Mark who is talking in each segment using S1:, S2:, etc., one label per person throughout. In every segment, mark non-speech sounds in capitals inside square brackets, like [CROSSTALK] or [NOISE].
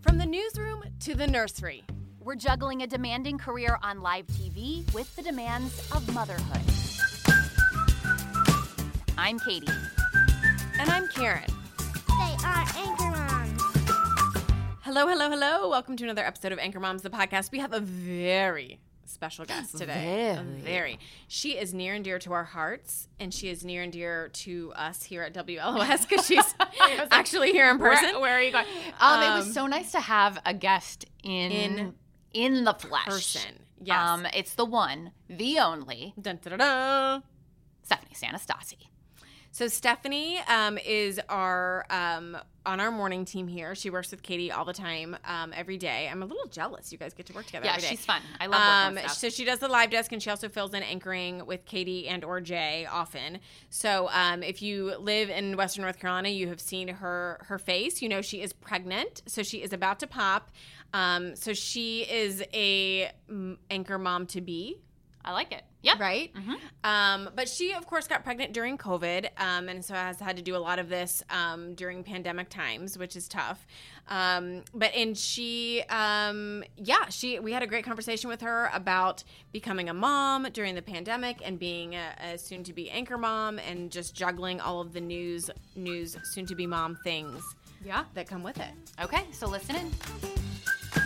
S1: From the newsroom to the nursery.
S2: We're juggling a demanding career on live TV with the demands of motherhood. I'm Katie.
S1: And I'm Karen.
S3: They are anchor moms.
S1: Hello, hello, hello. Welcome to another episode of Anchor Moms, the podcast. We have a very special guest today. A
S4: Very.
S1: very. She is near and dear to our hearts, and she is near and dear to us here at WLOS because
S5: [LAUGHS]
S1: she's actually here in person.
S5: Where, where are you going? Um, it was so nice to have a guest in
S1: in
S5: in, the flesh.
S1: person. Yes.
S5: Um, it's the one, the only
S1: Dun, dun, dun, dun.
S5: Stephanie Sanastasi.
S1: So Stephanie um, is our um, on our morning team here. She works with Katie all the time, um, every day. I'm a little jealous. You guys get to work together.
S5: Yeah,
S1: every day.
S5: she's fun. I love working with
S1: Um,
S5: Steph.
S1: so she does the live desk, and she also fills in anchoring with Katie and or Jay often. So um, if you live in Western North Carolina, you have seen her her face. You know she is pregnant, so she is about to pop. Um, so she is a mm, anchor mom to be
S5: I like it. Yeah.
S1: right? Um, but she, of course, got pregnant during COVID, um, and so has had to do a lot of this um, during pandemic times, which is tough. Um, but and she, um, yeah, she. We had a great conversation with her about becoming a mom during the pandemic and being a, a soon-to-be anchor mom and just juggling all of the news, news, soon-to-be mom things
S5: Yeah.
S1: that come with it.
S5: Okay, so listen in.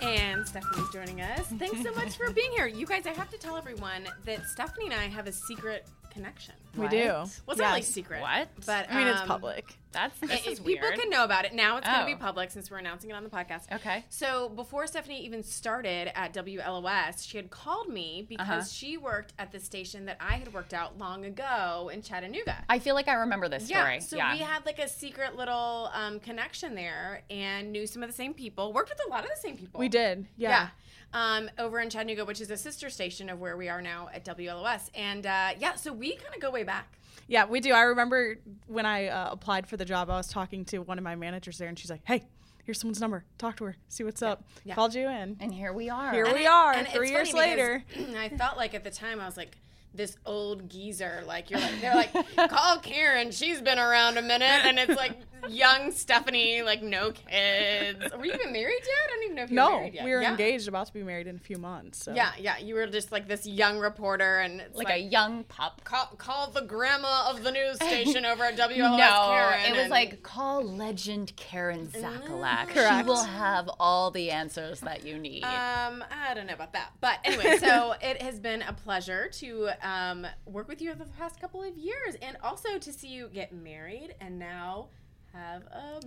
S1: And Stephanie's joining us. Thanks so much for being here. You guys, I have to tell everyone that Stephanie and I have a secret connection.
S6: We do.
S1: Well, it's
S6: Yeah.
S1: not really secret.
S5: What?
S1: But
S6: I mean, it's
S1: um,
S6: public.
S5: That's this
S1: i-
S5: is
S1: people
S5: weird.
S1: can know about it now. It's going
S5: Oh.
S1: to be public since we're announcing it on the podcast.
S5: Okay.
S1: So before Stephanie even started at WLOS, she had called me because
S5: Uh-huh.
S1: she worked at the station that I had worked out long ago in Chattanooga.
S5: I feel like I remember this story.
S1: Yeah, so we had like a secret little um, connection there, and knew some of the same people. Worked with a lot of the same people.
S6: We did. Yeah.
S1: Yeah. Um, over in Chattanooga, which is a sister station of where we are now at WLOS. And uh, yeah, so we kind of go way back.
S6: Yeah, we do. I remember when I uh, applied for the job, I was talking to one of my managers there, and she's like, "Hey, here's someone's number. Talk to her. See what's up." Called you in.
S5: and here we are.
S6: Here we
S1: it-
S6: are,
S1: and it's
S6: three years
S1: funny because [CLEARS THROAT]
S6: later.
S1: I felt like at the time I was like this old geezer. Like you're like they're
S6: [LAUGHS]
S1: like call Karen. She's been around a minute, and it's like young Stephanie, like no kids. Were you even married yet? I don't even know if you were
S6: No,
S1: married yet.
S6: we were
S1: Yeah.
S6: engaged, about to be married in a few months. So.
S1: Yeah, yeah. You were just like this young reporter, and it's
S5: like
S1: like,
S5: a young pup.
S1: call, call the grandma of the
S6: [LAUGHS]
S1: news station over at WLS
S5: No,
S1: Karen.
S5: it was
S1: and-
S5: like call legend Karen Zakalak. She
S6: Correct.
S5: will have all the answers that you need.
S1: Um, I don't know about that, but anyway, [LAUGHS] so it has been a pleasure to um, work with you over the past couple of years, and also to see you get married and now have a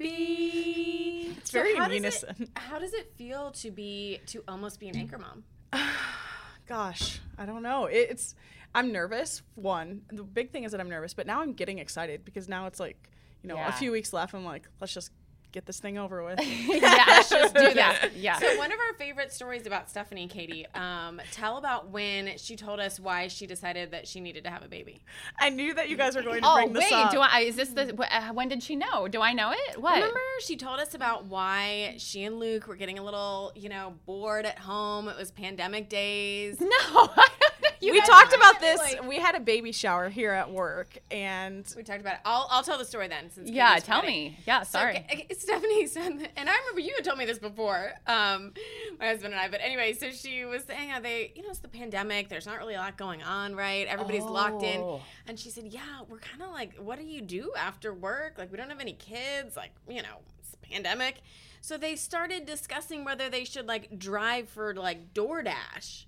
S1: baby. It's
S6: very
S1: how
S6: in
S1: does it-
S6: unison.
S1: how does it feel to be to almost be an anchor [LAUGHS] mom?
S6: [LAUGHS] Gosh, I don't know. It, it's I'm nervous. One, the big thing is that I'm nervous, but now I'm getting excited because now it's like you know
S5: Yeah.
S6: a few weeks left. I'm like, let's just get this thing over
S1: [LAUGHS]
S6: with.
S5: [LAUGHS] yeah, let's just [LAUGHS] do that. Yeah.
S1: So one of our favorite stories about Stephanie, Katie, um, tell about when she told us why she decided that she needed to have a baby.
S6: I knew that you guys were going to
S5: Oh
S6: bring this
S5: wait,
S6: up.
S5: do I? Is this the? wh- uh, When did she know? Do I know it? What?
S1: Remember, she told us about why she and Luke were getting a little, you know, bored at home. It was pandemic days.
S5: [LAUGHS] Mm-hmm. No. [LAUGHS] You
S6: we
S5: guys
S6: talked
S5: are
S6: about
S5: really
S6: this.
S5: like-
S6: we had a baby shower here at work, and
S1: We talked about it. I'll, I'll tell the story then. Since
S5: yeah,
S1: Katie's
S5: tell
S1: ready.
S5: me. Yeah,
S1: So,
S5: sorry.
S1: okay, okay, Stephanie said, and I remember you had told me this before, um, my husband and I. But anyway, so she was saying how they, you know, it's the pandemic. There's not really a lot going on, right? Everybody's locked in.
S5: Oh.
S1: And she said, yeah, we're kind of like, what do you do after work? Like, we don't have any kids. Like, you know, it's a pandemic. So they started discussing whether they should like drive for like DoorDash.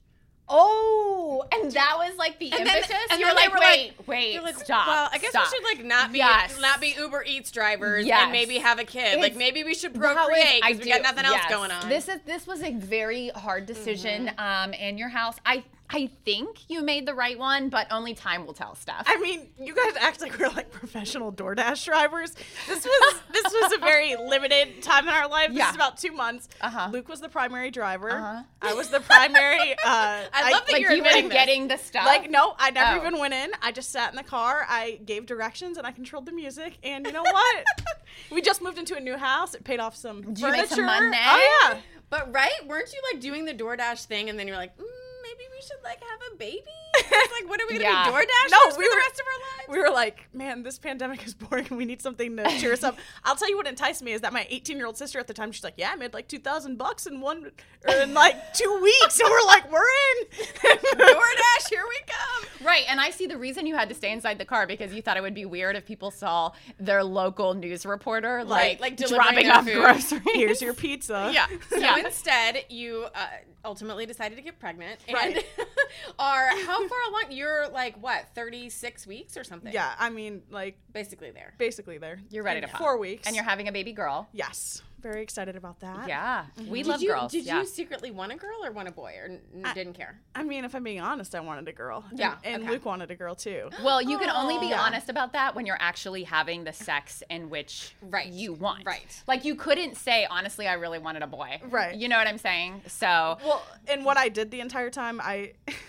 S5: Oh, and that was like the
S1: And then-
S5: impetus.
S1: and
S5: you were
S1: then they
S5: like,
S1: were
S5: wait,
S1: like-
S5: wait,
S1: You're like,
S5: stop.
S1: well, I guess
S5: stop.
S1: we should like not be
S5: Yes.
S1: not be Uber Eats drivers
S5: Yes.
S1: and maybe have a kid. like
S5: It's-
S1: maybe we should
S5: That was-
S1: procreate
S5: I
S1: because we
S5: do-
S1: got nothing else Mm-hmm.
S5: yes.
S1: going on.
S5: This is this was a very hard decision. Um, in your house, I I think you made the right one, but only time will tell, Steph.
S6: I mean, you guys act like we're like professional DoorDash drivers. This was this was
S5: [LAUGHS]
S6: a very limited time in our life. This
S5: Yeah. Uh-huh.
S6: is about two months. Luke was the primary driver. I was
S5: [LAUGHS]
S6: the primary. Uh, I
S1: love that
S5: like
S1: you're
S5: you were
S1: admitting this.
S5: getting the stuff.
S6: Like no, I never
S5: Oh.
S6: even went in. I just sat in the car. I gave directions and I controlled the music. And you
S5: [LAUGHS]
S6: know what? we just moved into a new house. It paid off some
S5: you
S6: furniture.
S5: make some money?
S6: Oh yeah.
S1: But right, weren't you like doing the DoorDash thing, and then you're like, mm, maybe we should like have a baby? It's like, what are we gonna
S5: [LAUGHS] Yeah.
S1: be DoorDash
S6: No,
S1: for
S6: we
S1: the
S6: were-
S1: rest of our lives?
S6: We were like, man, this pandemic is boring. We need something to cheer
S1: [LAUGHS]
S6: us up. I'll tell you what enticed me is that my 18 year old sister at the time, she's like, yeah, I made like 2,000 bucks in one, or in
S1: [LAUGHS]
S6: like two weeks. And we're like, we're in.
S1: DoorDash, here we come.
S5: Right, and I see the reason you had to stay inside the car because you thought it would be weird if people saw their local news reporter like,
S1: like, delivering
S5: dropping
S1: their
S5: off
S1: food. [LAUGHS]
S5: groceries.
S6: Here's your pizza.
S1: Yeah. So
S5: Yeah.
S1: instead, you uh, ultimately decided to get pregnant, and
S6: Right.
S1: [LAUGHS] are how far along? You're like what, 36 weeks or something?
S6: Yeah. I mean, like,
S1: basically there.
S6: basically there.
S5: You're ready
S6: In
S5: to pop.
S6: Four weeks.
S5: and you're having a baby girl.
S6: Yes. Very excited about that.
S5: Yeah, we love
S1: did you,
S5: girls.
S1: Did
S5: yeah.
S1: you secretly want a girl or want a boy, or n- didn't care?
S6: I mean, if I'm being honest, I wanted a girl. And-
S1: Yeah,
S6: And,
S1: okay.
S6: Luke wanted a girl too.
S5: Well, you can only be
S6: Aw. Oh, Yeah.
S5: honest about that when you're actually having the sex in which
S1: Right.
S5: you want.
S1: Right.
S5: Like you couldn't say, honestly, I really wanted a boy.
S6: Right.
S5: You know what I'm saying? So
S6: Well, and what I did the entire time, I. [LAUGHS]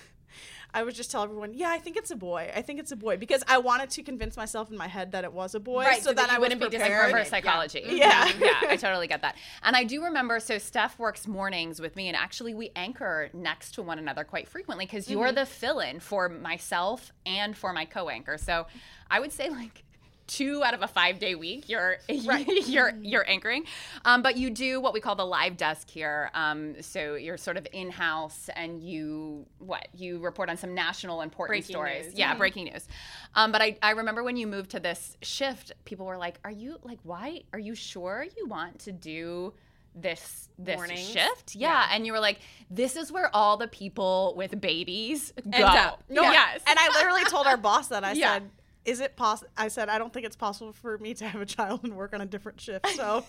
S6: I would just tell everyone, yeah, I think it's a boy. I think it's a boy because I wanted to convince myself in my head that it was a boy,
S1: Right, so
S6: so,
S1: that
S6: that,
S1: you
S6: I was
S1: wouldn't be
S5: like
S1: disappointed.
S6: prepared.
S5: reverse psychology.
S6: Yeah.
S5: Mhm. yeah, I totally get that. And I do remember, so Steph works mornings with me, and actually we anchor next to one another quite frequently because you're
S6: Mm-hmm.
S5: the fill in for myself and for my co anchor. So I would say, like, Two out of a five day week, you're [LAUGHS] you're
S6: Mm-hmm.
S5: you're anchoring, um, but you do what we call the live desk here. Um, so you're sort of in house, and you what you report on some national important
S1: Breaking
S5: stories.
S1: news.
S5: Yeah,
S6: Mm-hmm.
S5: breaking news. Um, but I, I remember when you moved to this shift, people were like, "Are you like why? Are you sure you want to do this this
S1: Mornings?
S5: shift?" Yeah. and you were like, "This is where all the people with babies go."
S1: up.
S6: No,
S5: yes,
S6: And I literally told our boss that
S5: [LAUGHS]
S6: I
S5: Yeah.
S6: said, "Is it possible?" I said, "I don't think it's possible for me to have a child and work on a different shift."
S5: [LAUGHS]
S6: So,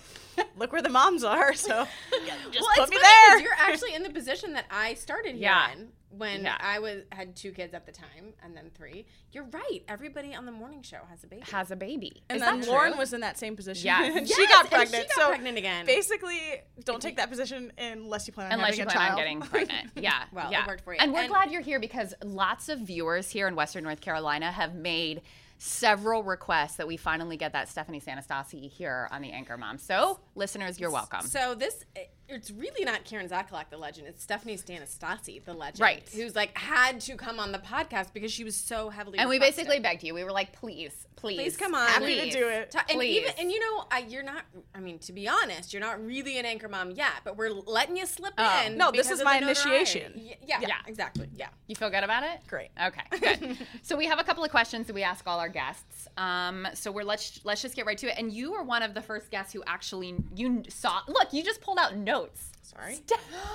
S6: look where the moms are. So, just
S1: well,
S6: put
S1: it's
S6: me
S1: funny
S6: [LAUGHS]
S1: 'cause
S6: there.
S1: You're actually in the position that I started here
S5: Yeah.
S1: in when
S5: Yeah.
S1: I was had two kids at the time and then three. You're right. Everybody on the morning show has a baby.
S5: has a baby.
S6: and
S5: Is
S6: then
S5: that
S6: Lauren
S5: true?
S6: was in that same position.
S5: Yes.
S6: and
S1: Yes,
S6: [LAUGHS] she got
S1: and
S6: pregnant.
S1: she got
S6: so
S1: pregnant again.
S6: Basically, don't take that position unless you plan on
S5: Unless
S6: having
S5: you
S6: a
S5: plan on
S6: child. [LAUGHS]
S5: getting pregnant. Yeah.
S1: Well, it
S5: yeah.
S1: worked for you.
S5: And we're
S1: And-
S5: glad you're here because lots of viewers here in Western North Carolina have made several requests that we finally get that Stephanie Sanastasi here on the Anchor Mom. So, listeners, you're welcome.
S1: So this, it's really not Karen Zakalak, the legend. It's Stephanie Stanistasi, the legend,
S5: Right.
S1: Who's like had to come on the podcast because she was so heavily.
S5: and we
S1: requested.
S5: basically begged you. We were like, please, please,
S1: Please come on.
S6: Happy to do it.
S1: Ta- and even
S5: Please.
S1: and you know I, you're not. I mean, to be honest, you're not really an anchor mom yet, but we're letting you slip
S5: Oh.
S1: in.
S6: No, this
S1: because
S6: is
S1: of
S6: my
S1: the notoriety.
S6: initiation.
S1: Y- Yeah, yeah,
S5: Yeah.
S1: exactly. Yeah.
S5: You feel good about it?
S6: Great.
S5: Okay,
S1: [LAUGHS]
S5: good. so we have a couple of questions that we ask all our guests. Um, so we're let's let's just get right to it. And you were one of the first guests who actually you saw. Look, you just pulled out notes.
S6: Sorry.
S1: [GASPS]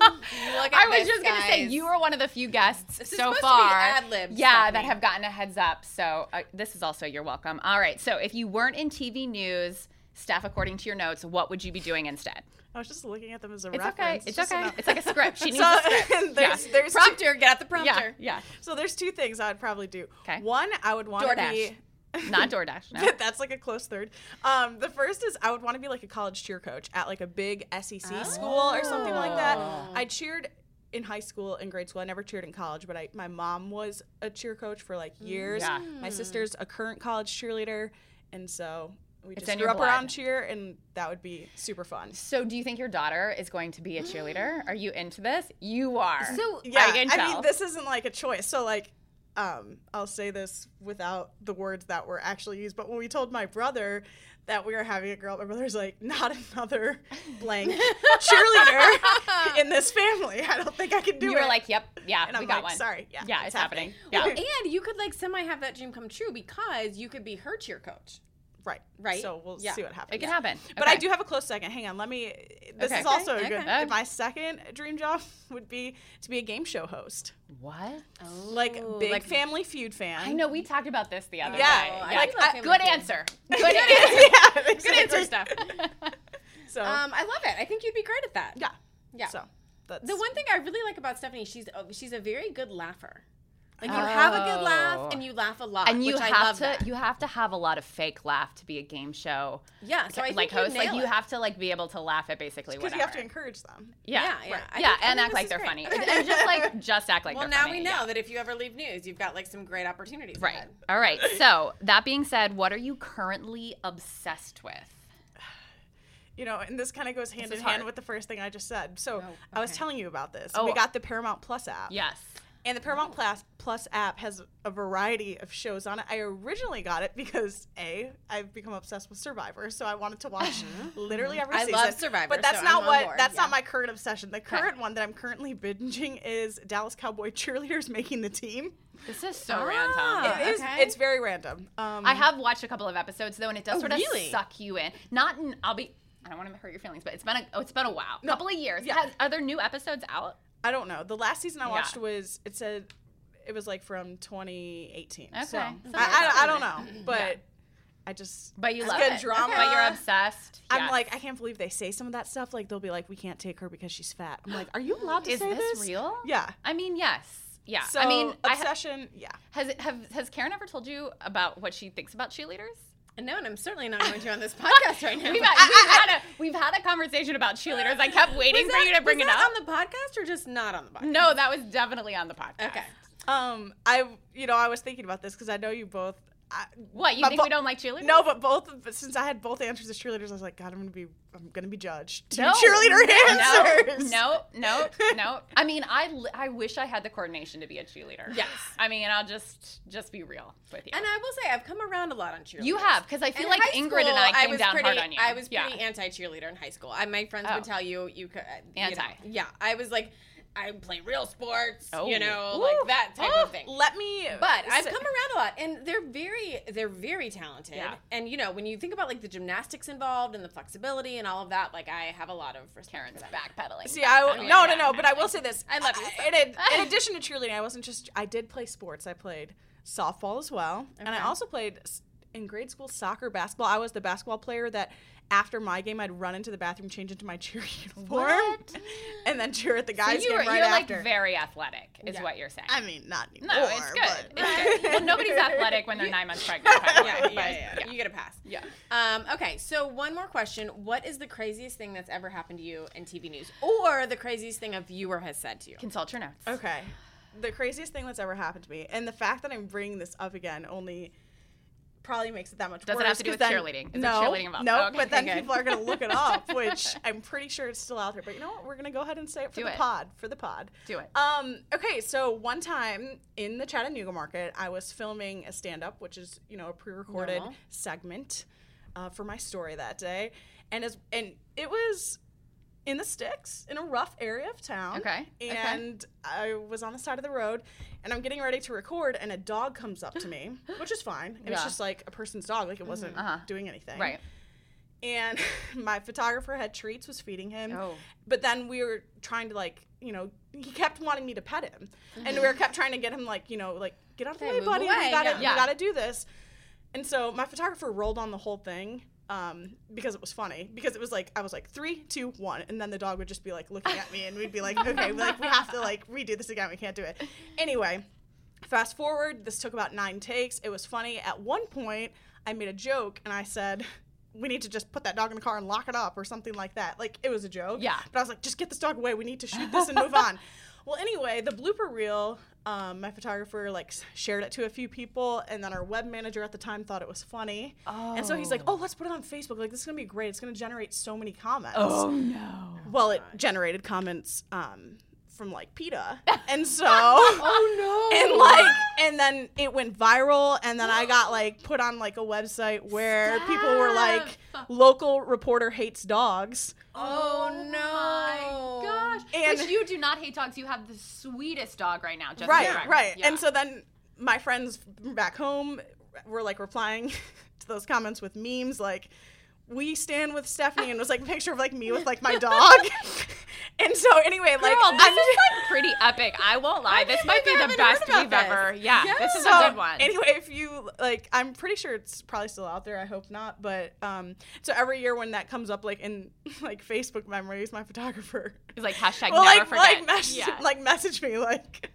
S1: Look at
S5: I was
S1: this,
S5: just gonna say
S1: guys.
S5: you were one of the few guests
S1: is
S5: so
S1: supposed to be
S5: far,
S1: ad-lib,
S5: yeah, that
S1: Stephanie.
S5: have gotten a heads up. So uh, this is also you're welcome. All right. So if you weren't in TV news, Steph, according to your notes, what would you be doing instead?
S6: I was just looking at them as a
S5: It's okay.
S6: reference.
S5: It's
S6: just
S5: okay.
S6: enough.
S5: It's like a
S1: [LAUGHS]
S5: script. She needs
S6: So,
S5: a
S6: [LAUGHS]
S5: script.
S6: there's, there's two
S1: Prompter, get out the
S5: Yeah,
S1: prompter.
S5: yeah.
S6: So there's two things I would probably do.
S5: 'Kay.
S6: One, I would want to
S1: DoorDash.
S6: [LAUGHS] be.
S5: Not DoorDash. No.
S6: That's like a close third. Um, the first is I would want to be like a college cheer coach at like a big SEC school or something like that.
S5: Oh.
S6: I cheered in high school and grade school. I never cheered in college, but I, my mom was a cheer coach for like years.
S5: Mm, Yeah.
S6: My sister's a current college cheerleader, and so
S5: in
S6: we just grew
S5: your
S6: up around
S5: blood.
S6: cheer, and that would be super fun.
S5: So, do you think your daughter is going to be a cheerleader? Are you into this? You are. So,
S6: Yeah,
S5: I can tell.
S6: mean, this isn't like a choice. So like, um, I'll say this without the words that were actually used. But when we told my brother that we were having a girl, my brother's like, "Not another
S5: [LAUGHS]
S6: blank cheerleader in this family. I don't think I can do
S5: you
S6: it."
S5: were like, "Yep, yeah,
S6: And
S5: we
S6: I'm
S5: got
S6: like,
S5: one."
S6: "Sorry, yeah,
S5: yeah, it's,
S6: it's
S5: happening.
S6: happening."
S1: [LAUGHS]
S5: Yeah.
S1: And you could like semi have that dream come true because you could be her cheer coach.
S6: "Right,
S1: Right?
S6: So we'll
S1: Yeah.
S6: see what happens.
S5: It can happen.
S6: But
S5: Okay.
S6: I do have a close second. Hang on, let me. This
S5: Okay.
S6: is also
S1: Okay,
S6: a good.
S5: okay.
S6: My second dream job [LAUGHS] would be to be a game show host,
S5: What?
S6: like big Family Feud fan.
S5: I know we talked about this the other
S6: Yeah,
S5: day.
S6: I
S5: Yeah.
S1: like
S5: Uh,
S1: Family
S5: good
S1: Feud.
S5: answer. [LAUGHS] Good answer.
S6: yeah,
S1: Good
S6: [LAUGHS] exactly.
S1: answer stuff.
S6: So
S5: Um,
S1: Um, I love it. I think you'd be great at that.
S6: yeah,
S1: Yeah.
S6: So That's
S1: The one thing I really like about Stephanie, she's she's a very good laugher. Like you have a good laugh and you laugh a lot,
S5: Oh. and you
S1: which
S5: have
S1: I love
S5: to
S1: that.
S5: you have to have a lot of fake laugh to be a game show
S1: yeah, so I think
S5: like
S1: you
S5: host. Like
S1: nail
S5: you
S1: it.
S5: have to like be able to laugh at basically
S6: because
S5: whatever.
S6: you have to encourage them.
S5: yeah,
S1: Yeah, yeah.
S5: right.
S1: I
S5: yeah,
S1: think- I think
S5: and act
S1: this
S5: like
S1: is
S5: they're
S1: great.
S5: funny, and just like just act like
S1: Well,
S5: they're
S1: now
S5: funny.
S1: we know
S5: yeah.
S1: that if you ever leave news, you've got like some great opportunities.
S5: Right.
S1: ahead.
S5: [LAUGHS] All right. So that being said, what are you currently obsessed with?
S6: You know, and this kind of goes hand in
S5: is
S6: hand
S5: hard.
S6: with the first thing I just said. So I was telling you about this.
S5: Oh.
S6: We got the Paramount Plus app.
S5: Yes.
S6: And the Paramount Plus Plus app has a variety of shows on it. I originally got it because a I've become obsessed with Survivor, so I wanted to watch literally every
S1: Uh-huh. Mm-hmm. I
S6: season.
S1: love Survivor,
S6: but that's
S1: so I'm
S6: not
S1: on
S6: what
S1: board,
S6: that's
S1: yeah.
S6: not my current obsession. The current one that I'm currently binging is Dallas Cowboy [LAUGHS] cheerleaders making the team.
S5: This is so random.
S6: It is-
S1: okay.
S6: It's very random. Um,
S5: I have watched a couple of episodes though, and it does sort of
S1: really?
S5: suck you in. Not in. I'll be. I don't want to hurt your feelings, but it's been a. Oh, it's been a while. couple of years.
S6: yeah.
S5: Has- are there new episodes out?
S6: I don't know. The last season I watched was it said it was like from 2018.
S5: Okay.
S6: So,
S5: So
S6: I,
S5: that's
S6: I, I
S5: [CLEARS THROAT]
S6: don't know, but I just
S5: But you
S6: it's
S5: love
S6: good
S5: it.
S6: drama.
S5: But you're obsessed.
S6: I'm
S5: Yes.
S6: like, I can't believe they say some of that stuff. Like they'll be like, we can't take her because she's fat. I'm like, are you allowed to
S5: is
S6: say
S5: this real?
S6: Yeah.
S5: I mean, yes. Yeah.
S6: So
S5: I mean, I ha-
S6: obsession. yeah.
S5: has it, have has Karen ever told you about what she thinks about cheerleaders?
S1: No, and I'm certainly
S5: [LAUGHS]
S1: not going to on this podcast right now. uh,
S5: We've had, we've, had a, we've had a conversation about cheerleaders. I kept waiting
S1: Was
S5: for you
S1: that-
S5: to bring
S1: was
S5: it
S1: that
S5: up.
S1: on the podcast or just not on the podcast?
S5: no, that was definitely on the podcast.
S1: Okay.
S6: Um, I you know I was thinking about this because I know you both. I,
S5: What you
S6: my
S5: think
S6: bo-
S5: we don't like cheerleaders?
S6: No, but both. But since I had both answers as cheerleaders, I was like, God, I'm gonna be, I'm gonna be judged.
S1: [LAUGHS]
S6: Two
S5: No.
S6: cheerleader
S5: No,
S6: answers.
S5: no, no, no. I mean, I, li- I wish I had the coordination to be a cheerleader.
S1: Yes.
S5: I mean, I'll just just be real with you.
S1: And I will say I've come around a lot on cheerleaders.
S5: you have because I feel
S1: In
S5: like
S1: high
S5: Ingrid and
S1: school,
S5: I came
S1: was
S5: down
S1: pretty,
S5: hard on you.
S1: I was
S5: Yeah.
S1: pretty anti cheerleader in high school. I, my friends
S5: Oh.
S1: would tell you you could you know,
S5: Anti.
S1: yeah, I was like, I play real sports.
S5: Oh.
S1: You know,
S5: Ooh.
S1: like that type
S5: [GASPS] Oh.
S1: of thing.
S6: Let me.
S1: But I've
S6: say-
S1: come around a lot, and they're very they're very talented.
S5: Yeah.
S1: And you know, when you think about like the gymnastics involved and the flexibility and all of that, like I have a lot of respect
S5: Karen's
S1: for them.
S5: backpedaling.
S6: See, I w- no, no, no. But I will say this.
S1: I love you.
S6: In, ad-
S5: [LAUGHS]
S6: in addition to cheerleading, I wasn't just. I did play sports. I played softball as well, and I also played s- in grade school soccer, basketball. I was the basketball player that after my game I'd run into the bathroom, change into my [LAUGHS] cheer uniform, and then cheer at the
S5: So
S6: guys'
S5: you
S6: game
S5: were,
S6: right
S5: you're
S6: after.
S5: like very athletic, is what you're saying.
S6: I mean, not anymore.
S5: no, it's good.
S6: But
S5: It's good. Well, nobody's
S1: [LAUGHS]
S5: athletic when they're nine months pregnant. by the way,
S1: yeah, [LAUGHS] yeah,
S5: but-
S1: yeah, yeah. You get a pass. Yeah. Um, okay, so one more question. What is the craziest thing that's ever happened to you in TV news? Or the craziest thing a viewer has said to you?
S5: Consult your notes.
S6: Okay. The craziest thing that's ever happened to me, and the fact that I'm bringing this up again only probably makes it that much
S5: Does it
S6: worse.
S5: have to do
S6: 'cause
S5: with
S6: then-
S5: cheerleading? Is it
S6: no,
S5: cheerleading involved?
S6: No,
S5: Oh, okay,
S6: but then
S5: good.
S6: people are going to look
S5: [LAUGHS]
S6: it up, which I'm pretty sure it's still out there. But you know what? We're going to go ahead and say it for
S5: Do
S6: the
S5: it.
S6: pod. For the pod.
S5: Do it.
S1: Uh,
S6: Um, okay, so one time in the Chattanooga market, I was filming a stand up, which is, you know, a pre recorded segment uh, for my story that day. And, as, and it was in the sticks in a rough area of town.
S5: Okay, okay.
S6: And I was on the side of the road and I'm getting ready to record and a dog comes up to me, which is fine. And it's
S5: Yeah. Mm-hmm, uh-huh.
S6: just like a person's dog, like it wasn't doing anything.
S5: Right.
S6: And [LAUGHS] my photographer had treats, was feeding him.
S5: Oh.
S6: But then we were trying to like, you know, he kept wanting me to pet him. And we were kept trying to get him like, you know, like, get out of the
S1: Okay,
S6: way,
S1: move
S6: buddy.
S1: away,
S6: We gotta
S1: yeah.
S6: we
S5: Yeah.
S6: gotta do this. And so my photographer rolled on the whole thing um, because it was funny. Because it was like I was like three, two, one, and then the dog would just be like looking at me, and we'd be like, okay, like we have to like redo this again. We can't do it. Anyway, fast forward. This took about nine takes. It was funny. At one point, I made a joke and I said. We need to just put that dog in the car and lock it up or something like that. Like it was a joke.
S5: Yeah.
S6: But I was like, just get this dog away. We need to shoot [LAUGHS] this and move on. Well, anyway, the blooper reel, um, my photographer like s- shared it to a few people, and then our web manager at the time thought it was funny, and so he's like, "Oh, let's put it on Facebook. Like this is gonna be great. It's gonna generate so many comments." Oh no! Well, it generated comments um, from like PETA, [LAUGHS] and so oh no,
S5: [LAUGHS]
S6: and like, and then it went viral, and then
S5: [GASPS]
S6: I got like put on like a website where people were like, "Local reporter hates dogs."
S1: Oh, no.
S5: Gosh.
S6: And-
S5: Which you do not hate dogs. You have the sweetest dog right now, just
S6: right,
S5: for the record.
S6: right.
S5: Yeah.
S6: And so then my friends back home were like replying [LAUGHS] to those comments
S5: [LAUGHS]
S6: with memes [LAUGHS] like, "We stand with Stephanie," and it was like a picture of like me with like my dog. [LAUGHS]
S1: And so anyway, like
S5: Girl, this
S1: I'm-
S5: is like pretty epic. I won't lie. This might be the
S1: haven't heard
S5: best
S1: about
S5: we've
S1: this.
S5: ever. Yeah, this is
S6: So,
S5: a good one.
S6: Anyway, if you like, I'm pretty sure it's probably still out there. I hope not. But um, so every year when that comes up, like in [LAUGHS] like Facebook memories, my photographer
S5: It's like hashtag
S6: will
S5: never
S6: like
S5: forget.
S6: like message
S5: Yeah.
S6: [LAUGHS] like message me like,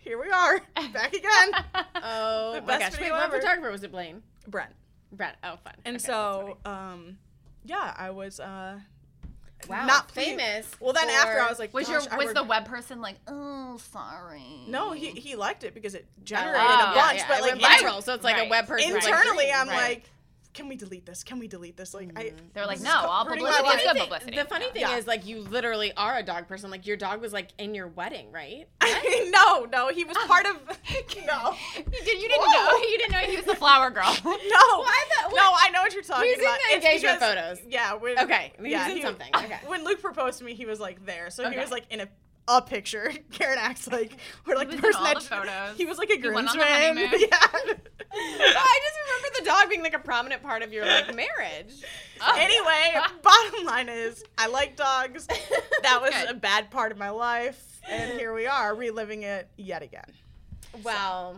S6: here we
S5: [LAUGHS]
S6: are back again,
S1: oh
S6: The
S1: my
S6: best
S1: gosh, wait,
S6: video
S1: what
S6: ever.
S1: photographer was it? Blaine,
S6: Brent.
S1: Brett. Oh, fun.
S6: And
S1: Okay,
S6: so, um, yeah, I was uh,
S5: Wow.
S6: not ple-
S1: famous.
S6: Well, then after
S1: for-
S6: I was like,
S5: was your
S6: "Gosh, I
S5: was
S6: reg-
S5: the web person like, oh, sorry?
S6: no? He he liked it because it generated
S5: Oh, yeah,
S6: a bunch,
S1: yeah,
S6: but
S1: it
S6: like
S1: went
S6: inter-
S1: viral, so it's like
S5: Right.
S1: a web person. like,
S6: internally, I'm
S1: right.
S6: like, can we delete this? Can we delete this? Like, I
S5: They're like,
S6: this
S5: no,
S6: is
S5: all
S6: hurting my
S5: publicity
S6: life."
S5: is good publicity.
S1: The funny thing
S6: Yeah.
S1: is, like, you literally are a dog person. Like, your dog was like in your wedding, right?
S6: [LAUGHS] no, no, he
S1: Oh.
S6: was part of. [LAUGHS] No,
S5: [LAUGHS] You, did, you didn't know. You didn't know he was the flower girl.
S6: no,
S1: I thought-
S6: no. I know what you're talking
S1: He's in
S6: about.
S1: the
S6: It's
S1: engagement
S6: because-
S1: photos.
S6: Yeah. When,
S1: Okay, he's in
S6: he-
S1: something. Okay.
S6: [LAUGHS] When Luke proposed to me, he was like there, so he
S1: Okay.
S6: was like in a. A picture. [LAUGHS] Karen acts
S1: [LAUGHS]
S6: like we're like
S5: was in
S6: the person
S5: all the
S6: that
S5: photos.
S6: he was like a
S5: He went on the
S6: groomsman. [LAUGHS]
S5: honeymoon.
S6: Yeah.
S1: [LAUGHS]
S6: [LAUGHS]
S1: I just remember the dog being like a prominent part of your like marriage.
S6: anyway,
S1: [LAUGHS]
S6: bottom line is I like dogs. That was
S5: Good.
S6: a bad part of my life, and here we are reliving it yet again.
S1: Well,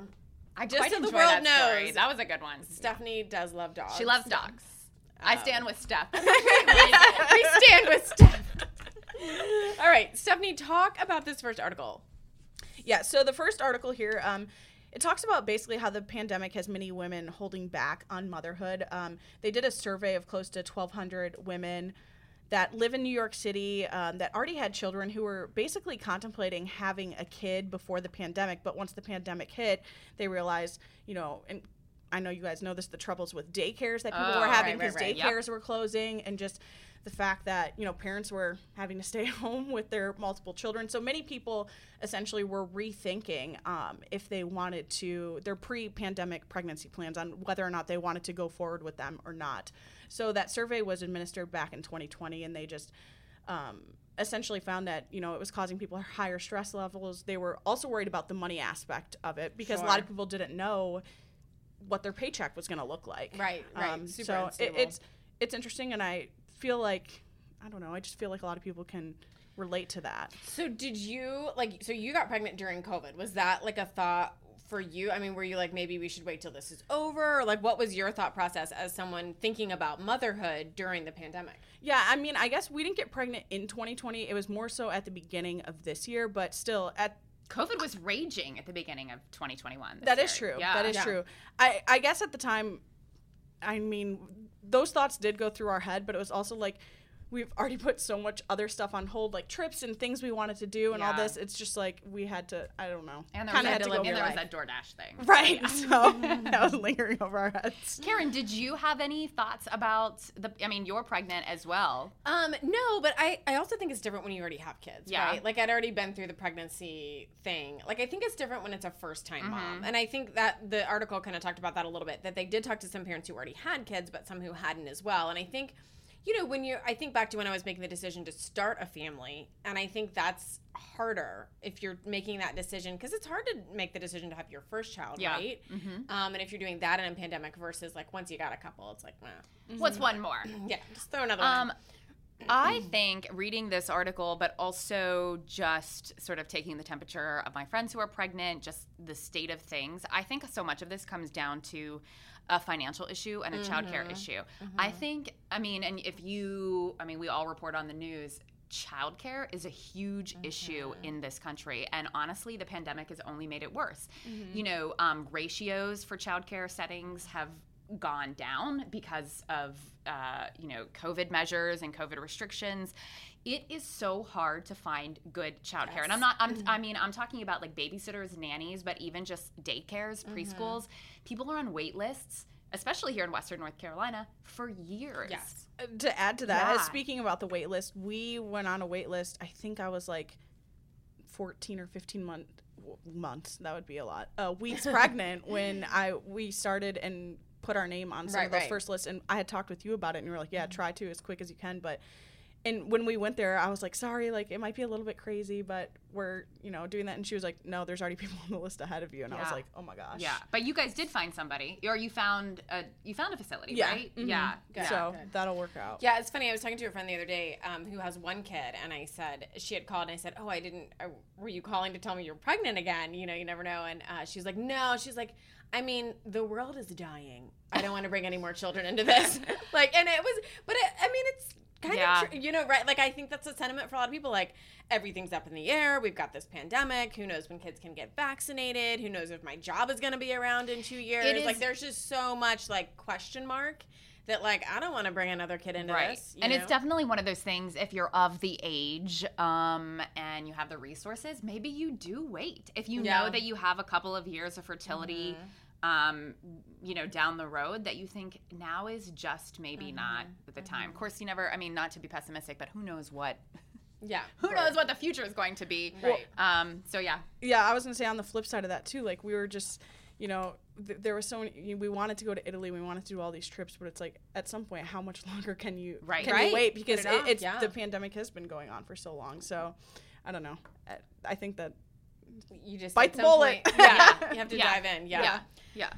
S5: I
S1: Just
S5: quite
S1: so the
S5: enjoy
S1: world
S5: that story.
S1: knows.
S5: That was a good one. Um,
S1: Stephanie does love dogs.
S5: She loves dogs. I stand with Steph. [LAUGHS]
S1: we stand with Steph. All right, Stephanie, talk about this first article.
S6: Yeah. So the first article here, um, it talks about basically how the pandemic has many women holding back on motherhood. Um, they did a survey of close to 1,200 women that live in New York City um, that already had children who were basically contemplating having a kid before the pandemic. But once the pandemic hit, they realized, you know, and I know you guys know this the troubles with daycares that people
S5: Oh,
S6: were having
S5: right, right,
S6: because
S5: right, yep.
S6: daycares were closing and just the fact that you know parents were having to stay [LAUGHS] home with their multiple children so many people essentially were rethinking um, if they wanted to their pre-pandemic pregnancy plans on whether or not they wanted to go forward with them or not so that survey was administered back in 2020 and they just um, essentially found that you know it was causing people higher stress levels they were also worried about the money aspect of it because a lot of people didn't know what their paycheck was going to look like. Um,
S1: Right, right. Super
S6: so it,
S1: unstable.
S6: it's it's interesting, and I feel like I don't know. I just feel like a lot of people can relate to that.
S1: So, did you like? So, you got pregnant during COVID. Was that like a thought for you? I mean, were you like, maybe we should wait till this is over? Or, like, what was your thought process as someone thinking about motherhood during the pandemic?
S6: Yeah, I mean, I guess we didn't get pregnant in 2020. It was more so at the beginning of this year, but still at
S5: COVID was raging at the beginning of 2021. this
S6: That is
S5: year.
S6: true.
S5: Yeah.
S6: That is true. I, I guess at the time, I mean, those thoughts did go through our head, but it was also like we've already put so much other stuff on hold, like trips and things we wanted to do and all
S5: Yeah.
S6: this. It's just like we had to, I don't know,
S5: And there, was
S6: kinda
S5: that,
S6: had to go
S5: and there
S6: with
S5: was
S6: it.
S5: that DoorDash thing.
S6: Right. [LAUGHS] So that was lingering over our heads.
S5: Karen, did you have any thoughts about the? I mean, you're pregnant as well.
S1: Um, no, but I, I also think it's different when you already have kids,
S5: Yeah.
S1: right? Like I'd already been through the pregnancy thing. Like I think it's different when it's a first
S5: Mm-hmm.
S1: time mom. And I think that the article kind of talked about that a little bit, that they did talk to some parents who already had kids, but some who hadn't as well. And I think, you know, when you I think back to when I was making the decision to start a family, and I think that's harder if you're making that decision because it's hard to make the decision to have your first child,
S5: Yeah. Mm-hmm.
S1: right? Um, and if you're doing that in a pandemic versus like once you got a couple, it's like, nah.
S5: What's one more?
S1: Yeah, just throw another one. in.
S5: Um, I think reading this article, but also just sort of taking the temperature of my friends who are pregnant, just the state of things, I think so much of this comes down to a financial issue and a
S1: Mm-hmm.
S5: childcare issue. I think, I mean, and if you, I mean, we all report on the news. Childcare is a huge issue
S1: Mm-hmm.
S5: in this country, and honestly, the pandemic has only made it worse.
S1: Mm-hmm.
S5: You know, um, ratios for childcare settings have gone down because of uh, you know COVID measures and COVID restrictions. It is so hard to find good childcare, and I'm not. I'm,
S6: Mm-hmm.
S5: I mean, I'm talking about like babysitters, nannies, but even just daycares,
S6: Mm-hmm.
S5: preschools. People are on wait lists, especially here in Western North Carolina, for years.
S1: Yes.
S6: To add to that,
S5: Yeah.
S6: speaking about the wait list, we went on a wait list. I think I was like 14 or 15 month, w- months. That would be a lot. Uh, [LAUGHS] weeks pregnant when I we started and put our name on some
S1: Right,
S6: of those
S1: right.
S6: first lists. And I had talked with you about it, and you were like, "Yeah, try to as quick as you can." But and when we went there, I was like, sorry, like it might be a little bit crazy, but we're, you know, doing that. And she was like, no, there's already [LAUGHS] people on the list ahead of you. And I was
S5: Yeah.
S6: like, oh my gosh.
S5: Yeah, but you guys did find somebody, or you found a you found a facility,
S6: Yeah. Mm-hmm.
S5: right? Yeah. yeah.
S6: So that'll work out.
S1: Yeah, it's funny. I was talking to a friend the other day um, who has one kid, and I said she had called, and I said, "Oh, I didn't. Uh, were you calling to tell me you're pregnant again? You know, you never know." And uh, she's like, "No." She's like, "I mean, the world is dying. I don't want to bring any more children into
S5: [LAUGHS]
S1: this." like, and it was, but it, I mean, it's kind
S5: Yeah.
S1: of true, you know, right? Like, I think that's a sentiment for a lot of people. Like, everything's up in the air. We've got this pandemic. Who knows when kids can get vaccinated? Who knows if my job is going to be around in two years?
S5: It
S1: like,
S5: is-
S1: there's just so much like question mark that like I don't want to bring another kid into
S5: Right.
S1: this. you
S5: And it's
S1: know?
S5: definitely one of those things if you're of the age um, and you have the resources, maybe you do wait. If you
S1: Yeah. Mm-hmm.
S5: know that you have a couple of years of fertility, um, you know, down the road that you think now is just maybe
S1: Mm-hmm.
S5: not the time. Of course, you never, I mean, not to be pessimistic, but who knows what, [LAUGHS]
S1: yeah.
S5: who knows what the future is going to be.
S1: Right.
S5: Um, so yeah.
S6: yeah, I was gonna say on the flip side of that too, like we were just, you know, th- there was so many. You we wanted to go to Italy, we wanted to do all these trips, but it's like at some point, how much [LAUGHS] longer can you
S5: Right.
S6: can
S1: Right.
S6: you wait because
S1: Put
S6: it
S1: it off,
S6: it's
S1: yeah.
S6: the pandemic has been going on for so long. So, I don't know. I, I think that
S1: You just
S6: Bite
S1: at
S6: the
S1: some
S6: bullet.
S1: point- yeah, [LAUGHS] you have to dive in. Yeah.
S5: Yeah. Yeah.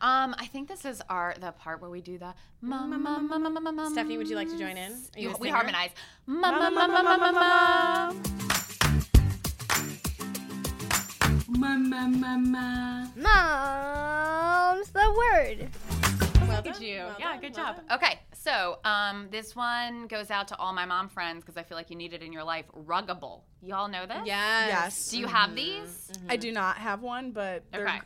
S5: Um, I think this is our the part where we do the ma- ma- ma- ma- ma- ma- ma-
S1: Mm-hmm. Stephanie, would you like to join in? Are you
S5: You-
S1: a
S5: we
S1: singer?
S5: harmonize. Ma- ma- ma- ma- ma- ma- ma.
S3: Mom's Um, the word.
S1: Well
S5: Look at
S1: done,
S5: you.
S1: well
S5: yeah,
S1: done,
S5: good
S1: well
S5: job.
S1: done.
S5: Okay, so um, this one goes out to all my mom friends because I feel like you need it in your life. Ruggable. Y'all know this?
S1: Yes.
S6: yes,
S5: Do you have these?
S6: I do not have one, but they
S5: Okay.
S6: are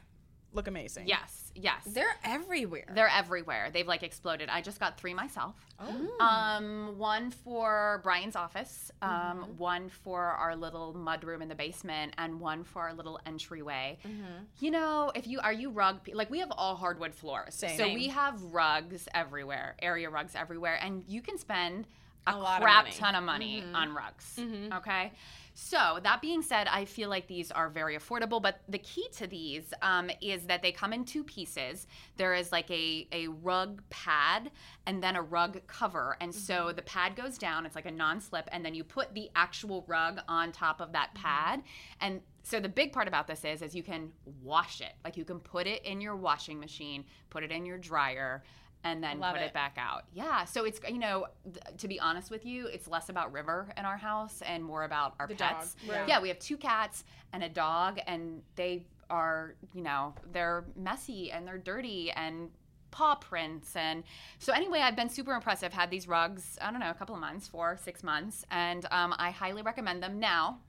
S6: look amazing.
S5: Yes. Yes.
S1: They're everywhere.
S5: They're everywhere. They've like exploded. I just got three myself.
S1: Oh.
S5: Um, one for Brian's office, um,
S1: Mm-hmm.
S5: one for our little mudroom in the basement, and one for our little entryway.
S1: Mm-hmm.
S5: You know, if you are you rug pe- like we have all hardwood floors,
S6: Same.
S5: so
S6: Same.
S5: we have rugs everywhere, area rugs everywhere, and you can spend a,
S1: A lot of
S5: crap
S1: money.
S5: ton of money on rugs. Okay. So that being said, I feel like these are very affordable. But the key to these um, is that they come in two pieces. There is like a a rug pad and then a rug cover. And so the pad goes down. It's like a non-slip, and then you put the actual rug on top of that pad. And so the big part about this is is you can wash it. Like you can put it in your washing machine, put it in your dryer and then
S1: Love
S5: put it.
S1: it.
S5: back out. Yeah. So it's you know, th- to be honest with you, it's less about River in our house and more about our pets.
S1: right.
S5: Yeah, we have two cats and a dog, and they are you know they're messy and they're dirty and paw prints and so anyway i've been super impressed i've had these rugs i don't know a couple of months four six months and um, i highly recommend them now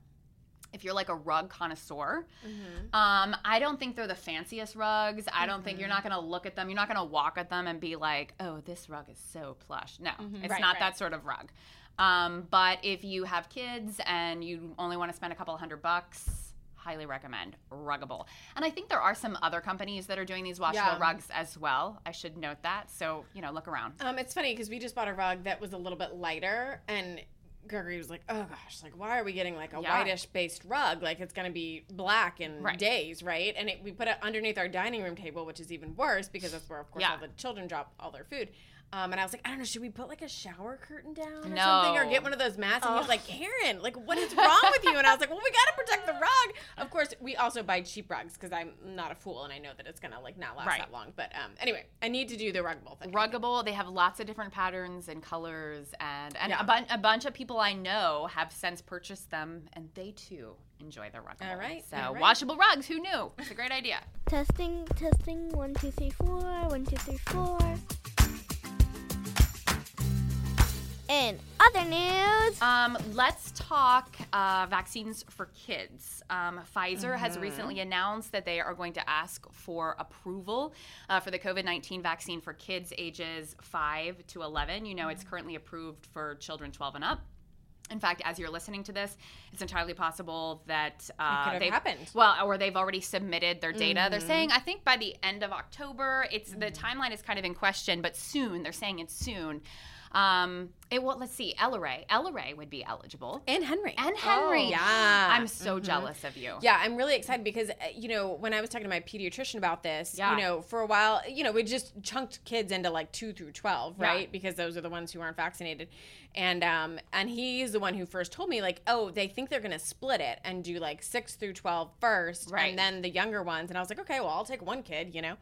S5: if you're like a rug connoisseur
S1: Mm-hmm.
S5: um, I don't think they're the fanciest rugs. I don't think
S1: Mm-hmm.
S5: you're not gonna look at them. You're not gonna walk at them and be like, "Oh, this rug is so plush." No, it's
S1: Mm-hmm. Right,
S5: not
S1: right.
S5: that sort of rug. Um, but if you have kids and you only want to spend a couple hundred bucks, highly recommend Ruggable. And I think there are some other companies that are doing these washable
S1: Yeah.
S5: rugs as well. I should note that. So you know, look around.
S1: Um, it's funny because we just bought a rug that was a little bit lighter, and Gregory was like, "Oh gosh, like why are we getting like a
S5: Yeah.
S1: whitish based rug? Like it's gonna be black in
S5: Right.
S1: days, right?" And it, we put it underneath our dining room table, which is even worse because that's where, of course,
S5: Yeah.
S1: all the children drop all their food. Um, and I was like, I don't know, should we put like a shower curtain down or
S5: No. Oh.
S1: something, or get one of those mats? And he was like, Karen, like what is wrong with you? And I was like, Well, we gotta protect the rug. Of course, we also buy cheap rugs because I'm not a fool and I know that it's gonna like not last
S5: Right.
S1: that long. But um, anyway, I need to do the rug bowl thing.
S5: Ruggable. They have lots of different patterns and colors, and and
S1: Yeah.
S5: a, bun- a bunch of people I know have since purchased them, and they too enjoy the ruggable.
S1: All right,
S5: So
S1: all right.
S5: washable rugs. Who knew? It's a great idea.
S3: Testing, testing, one, two, three, four, one, two, three, four. In other news,
S5: Um, let's talk uh, vaccines for kids. Um, Pfizer has
S1: Mm-hmm.
S5: recently announced that they are going to ask for approval uh, for the COVID 19 vaccine for kids ages 5 to 11. You know, it's
S1: Mm-hmm.
S5: currently approved for children 12 and up. In fact, as you're listening to this, it's entirely possible that uh,
S1: could have
S5: they've-
S1: happened.
S5: Well, or they've already submitted their data. They're
S1: Mm-hmm.
S5: saying, I think by the end of October, it's the timeline is kind of in question, but soon they're saying it's soon. Um, it well, let's see, Ella Ray. Ella Ray would be eligible,
S1: And Henry.
S5: and Henry.
S1: Oh, yeah. Mm-hmm.
S5: I'm so jealous of you.
S1: Yeah, I'm really excited because uh, you know when I was talking to my pediatrician about this,
S5: Yeah.
S1: you know, for a while, you know, we just chunked kids into like two through twelve,
S5: Yeah.
S1: right? Because those are the ones who aren't vaccinated, and um, and he's the one who first told me like, oh, they think they're gonna split it and do like six through 12 first,
S5: Right.
S1: and then the younger ones, and I was like, okay, well, I'll take one kid, you know,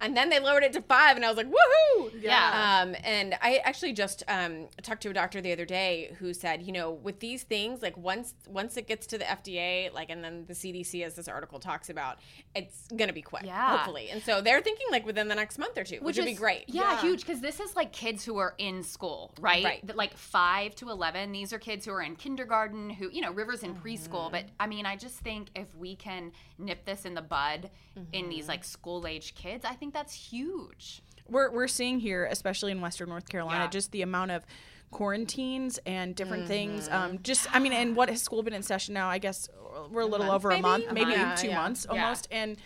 S1: and then they lowered it to five, and I was like, woohoo!
S5: Yeah.
S1: Um, and I actually just um, talked to a doctor the other day who said, you know, with these things, like once once it gets to the FDA, like, and then the CDC, as this article talks about, it's gonna be quick,
S5: Yeah.
S1: hopefully. And so they're thinking like within the next month or two, which, would be
S5: is-
S1: great.
S5: Yeah, huge because this is like kids who are in school, right?
S1: Right.
S5: That, Like five to eleven. These are kids who are in kindergarten, who you know, Rivers in
S1: Mm-hmm.
S5: preschool. But I mean, I just think if we can nip this in the bud in
S1: Mm-hmm.
S5: these like school age kids, I think that's huge.
S6: we're we're seeing here, especially in Western North Carolina,
S5: Yeah.
S6: just the amount of quarantines and different things. Um, just I mean, and what has school been in session now? I guess we're a little over a month, maybe
S1: month.
S6: two
S1: Yeah, yeah.
S6: months almost. And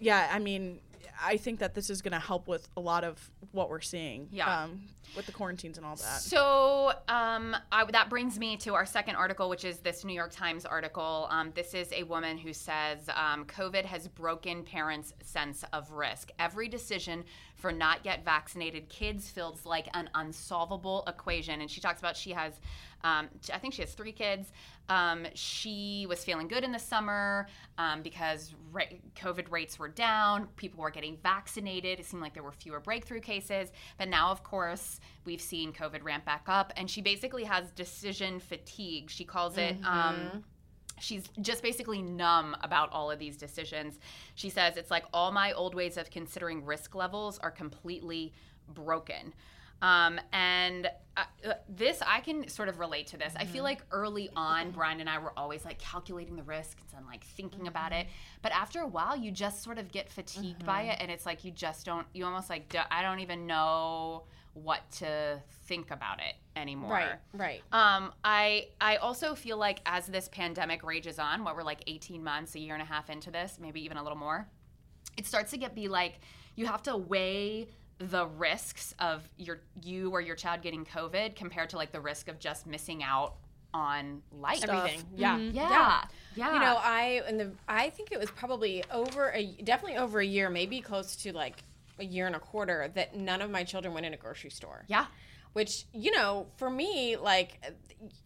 S6: yeah, I mean, I think that this is going to help with a lot of what we're seeing.
S5: Yeah.
S6: Um, with the quarantines and all that.
S5: So um, I, that brings me to our second article, which is this New York Times article. Um, this is a woman who says um, COVID has broken parents' sense of risk. Every decision for not yet vaccinated kids feels like an unsolvable equation. And she talks about she has, um, t- I think she has three kids. Um, she was feeling good in the summer um, because ra- COVID rates were down, people were getting vaccinated. It seemed like there were fewer breakthrough cases. But now, of course, we've seen COVID ramp back up, and she basically has decision fatigue. She calls it. Um, She's just basically numb about all of these decisions. She says, It's like all my old ways of considering risk levels are completely broken. Um, and uh, uh, this, I can sort of relate to this. I feel like early on, Brian and I were always like calculating the risks and like thinking about it. But after a while, you just sort of get fatigued by it. And it's like you just don't, you almost like, "Duh, I don't even know what to think about it anymore.
S1: Right. Right.
S5: Um, I I also feel like as this pandemic rages on, what we're like 18 months, a year and a half into this, maybe even a little more, it starts to get be like you have to weigh the risks of your you or your child getting COVID compared to like the risk of just missing out on life.
S1: Everything. Yeah.
S5: Yeah.
S1: Yeah.
S5: Mm-hmm. Yeah.
S1: You know, I and the I think it was probably over a definitely over a year, maybe close to like a year and a quarter that none of my children went in a grocery store.
S5: yeah.
S1: which you know for me like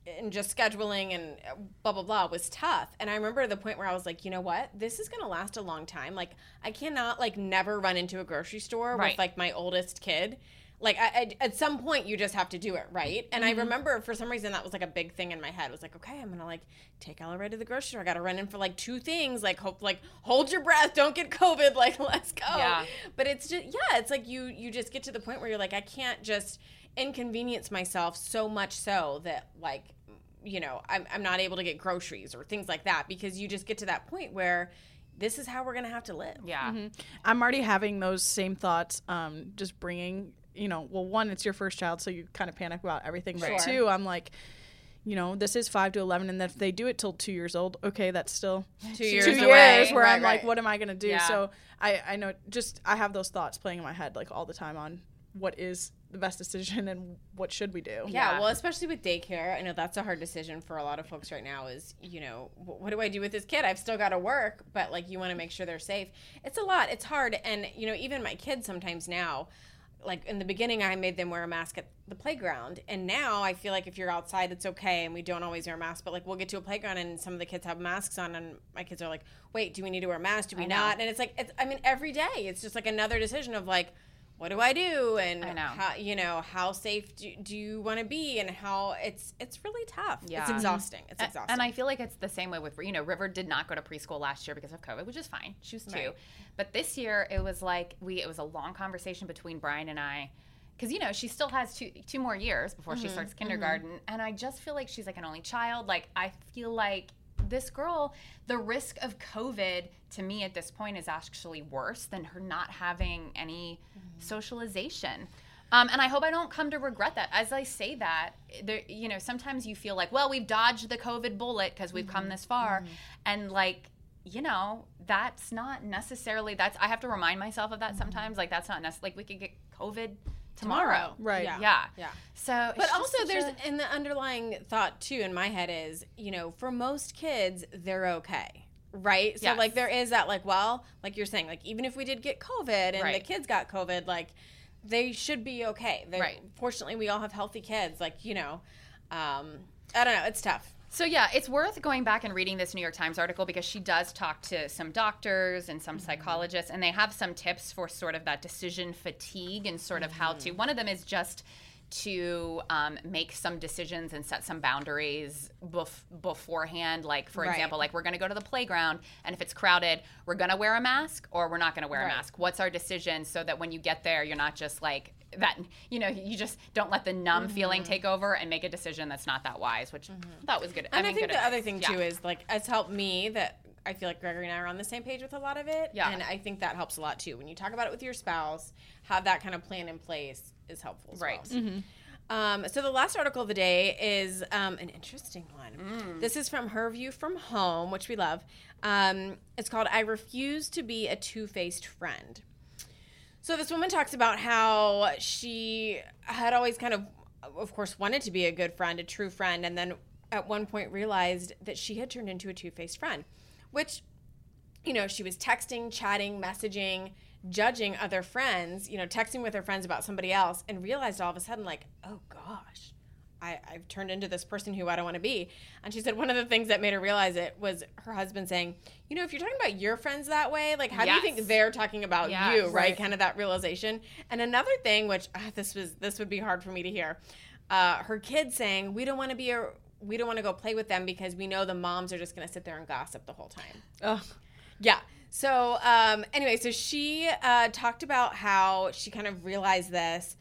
S1: and just scheduling and blah blah blah was tough and i remember the point where i was like you know what this is going to last a long time like i cannot like never run into a grocery store
S5: Right.
S1: with like my oldest kid like I, I- at some point you just have to do it right and i remember for some reason that was like a big thing in my head It was like okay i'm gonna like take Ella Ray to the grocery store i gotta run in for like two things like hope like hold your breath don't get covid like [LAUGHS] let's go
S5: Yeah.
S1: but it's just yeah it's like you you just get to the point where you're like i can't just inconvenience myself so much so that like you know i'm, I'm not able to get groceries or things like that because you just get to that point where this is how we're gonna have to live
S5: Yeah.
S6: I'm already having those same thoughts. Um, just bringing, you know, well, one, it's your first child, so you kind of panic about everything. But
S1: Sure.
S6: two, I'm like, you know, this is five to eleven, and if they do it till two years old, okay, that's still
S1: two years
S6: two
S1: away.
S6: years where
S1: Right,
S6: I'm
S1: right.
S6: like, what am I gonna do?
S5: Yeah.
S6: So I, I know, just I have those thoughts playing in my head like all the time on what is the best decision and what should we do.
S1: yeah, well, especially with daycare, I know that's a hard decision for a lot of folks right now. Is you know, wh- what do I do with this kid? I've still got to work, but like you want to make sure they're safe. It's a lot. It's hard, and you know, even my kids sometimes now, like in the beginning, I made them wear a mask at the playground, and now I feel like if you're outside, it's okay, and we don't always wear masks. But like we'll get to a playground, and some of the kids have masks on, and my kids are like, "Wait, do we need to wear masks? Do we not?" And it's like, it's, I mean, every day, it's just like another decision of like. What do I do? And
S5: I know.
S1: how uh, you know how safe do, do you want to be and how it's it's really tough
S5: Yeah.
S1: it's exhausting it's exhausting
S5: And I feel like it's the same way with you know River did not go to preschool last year because of COVID, which is fine. She was two, but this year it was like we it was a long conversation between Brian and I. Because you know she still has two two more years before she starts kindergarten, and I just feel like she's like an only child. Like I feel like this girl, the risk of COVID to me at this point is actually worse than her not having any
S1: Mm-hmm.
S5: socialization. Um, and I hope I don't come to regret that. As I say that, there, you know, sometimes you feel like, well, we've dodged the COVID bullet because we've
S1: Mm-hmm.
S5: come this far, and like, you know,
S1: Mm-hmm.
S5: that's not necessarily. That's I have to remind myself of that sometimes. Like, that's not necessarily. Like, we could get COVID tomorrow.
S6: Right.
S1: Yeah.
S5: Yeah.
S1: Yeah.
S5: So, it's
S1: But
S5: just
S1: also,
S5: such
S1: there's
S5: a-
S1: and the underlying thought too in my head is, you know, for most kids, they're okay, right? So
S5: Yes.
S1: like there is that like, well, like you're saying, like even if we did get COVID and the
S5: Right.
S1: kids got COVID, like they should be okay. They,
S5: Right.
S1: Fortunately, we all have healthy kids. Like you know, um, I don't know. It's tough.
S5: So yeah, it's worth going back and reading this New York Times article because she does talk to some doctors and some psychologists and they have some tips for sort of that decision fatigue and sort of how to. One of them is just to um, make some decisions and set some boundaries bef- beforehand. Like for
S1: Right.
S5: example, like we're going to go to the playground and if it's crowded, we're going to wear a mask or we're not going to wear a mask. What's our decision so that when you get there, you're not just like that you know you just don't let the numb feeling
S1: Mm-hmm.
S5: take over and make a decision that's not that wise which that was good
S1: And I,
S5: mean,
S1: think
S5: good
S1: the other
S5: advice.
S1: thing
S5: Yeah.
S1: too is like it's helped me that I feel like Gregory and I are on the same page with a lot of it.
S5: Yeah.
S1: And I think that helps a lot too. When you talk about it with your spouse, have that kind of plan in place is helpful. As
S5: Right.
S1: Well. Um, so the last article of the day is um, an interesting one.
S5: Mm.
S1: This is from Her View from Home, which we love. Um, it's called "I Refuse to Be a Two-Faced Friend." So this woman talks about how she had always kind of, of course, wanted to be a good friend, a true friend, and then at one point realized that she had turned into a two faced friend, which, you know, she was texting, chatting, messaging, judging other friends, you know, texting with her friends about somebody else, and realized all of a sudden, like, oh gosh. I, I've turned into this person who I don't want to be. And she said one of the things that made her realize it was her husband saying, You know, if you're talking about your friends that way, like, how do you
S5: Yes.
S1: think they're talking about
S5: Yes.
S1: you, right?
S5: Right.
S1: kind of that realization. And another thing, which ah, this was this would be hard for me to hear, uh, her kids saying, "We don't want to be a, we don't want to go play with them because we know the moms are just going to sit there and gossip the whole time." Yeah. So um, anyway, so she uh, talked about how she kind of realized this.